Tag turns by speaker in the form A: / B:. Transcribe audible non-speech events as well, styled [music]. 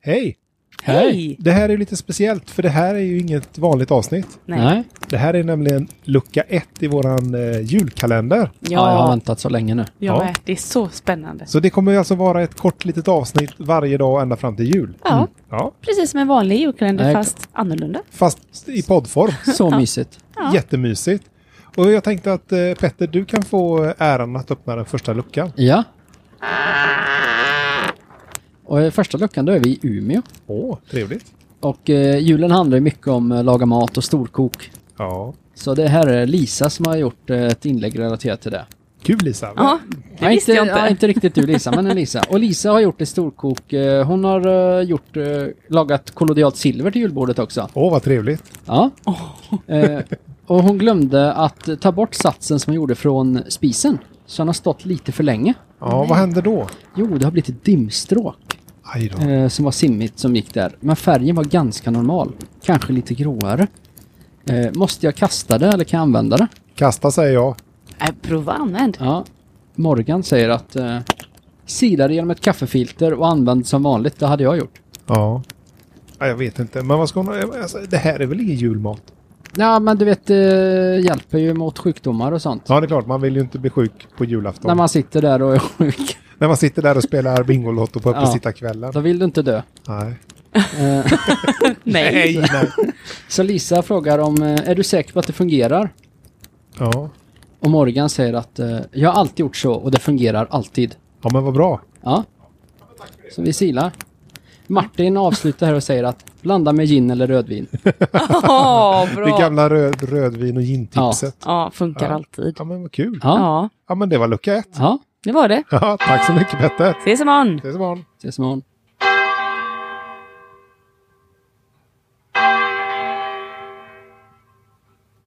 A: Hej!
B: Hej!
A: Det här är lite speciellt för det här är ju inget vanligt avsnitt.
B: Nej.
A: Det här är nämligen lucka ett i våran eh, julkalender.
B: Ja,
C: Ja, jag har väntat så länge nu.
B: jag
A: Ja.
B: med. Det är så spännande.
A: Så det kommer ju alltså vara ett kort litet avsnitt varje dag ända fram till jul. Mm.
B: Ja,
A: Ja,
B: precis som en vanlig julkalender
C: Nej,
B: fast annorlunda.
A: fast i poddform.
C: Så mysigt.
B: [laughs] Ja.
A: Jättemysigt. Och jag tänkte att eh, Petter, du kan få eh, äran att öppna den första luckan.
C: Ja. Och i första luckan då är vi i Umeå.
A: Åh, trevligt.
C: Och eh, julen handlar ju mycket om eh, laga mat och storkok.
A: Ja,
C: Så det här är Lisa som har gjort eh, ett inlägg relaterat till det.
A: kul Lisa.
B: Ja, det
C: Nej,
B: visste jag inte.
C: Ja, inte riktigt du Lisa, men en Lisa. Och Lisa har gjort ett storkok. Eh, hon har eh, gjort, eh, lagat kollodialt silver till julbordet också.
A: Åh, vad trevligt.
C: Ja. Eh, och hon glömde att ta bort satsen som hon gjorde från spisen. Så den har stått lite för länge.
A: Ja, vad händer då?
C: Jo, det har blivit ett dimstråk
A: Aj
B: Mm.
A: då.
C: eh, som var simmigt som gick där. Men färgen var ganska normal. Kanske lite gråare. Eh, måste jag kasta det eller kan jag använda det?
A: Kasta säger jag.
B: Nej, prova använd.
C: Ja. Morgan säger att eh, sila det genom ett kaffefilter och använd som vanligt. Det hade jag gjort.
A: Ja. ja. Jag vet inte, men vad ska hon... Alltså, det här är väl ingen julmat?
C: Ja, men du vet, eh, hjälper ju mot sjukdomar och sånt.
A: Ja, det är klart. Man vill ju inte bli sjuk på julafton.
C: När man sitter där och är sjuk.
A: När man sitter där och spelar Bingolotto på uppesittarkvällen.
C: Då vill du inte dö.
A: Nej.
C: Eh,
B: Nej. [laughs]
A: nej.
C: Så Lisa frågar om, eh, är du säker på att det fungerar?
A: Ja.
C: Och Morgan säger att, eh, jag har alltid gjort så och det fungerar alltid.
A: ja, men vad bra.
C: Ja. Så vi silar. Martin avslutar här och säger att, blanda med gin eller rödvin.
B: Åh, bra.
A: Det gamla röd, rödvin och gintipset. Ja.
B: Ja, funkar
A: Ja.
B: alltid.
A: men vad kul. Ja.
C: Ja.
B: Ja,
A: men det var lucka ett. [laughs]
C: Ja.
B: det var det.
A: Ja, tack så mycket Petter.
B: Ses imorgon!
A: Ses imorgon.
C: Ses imorgon.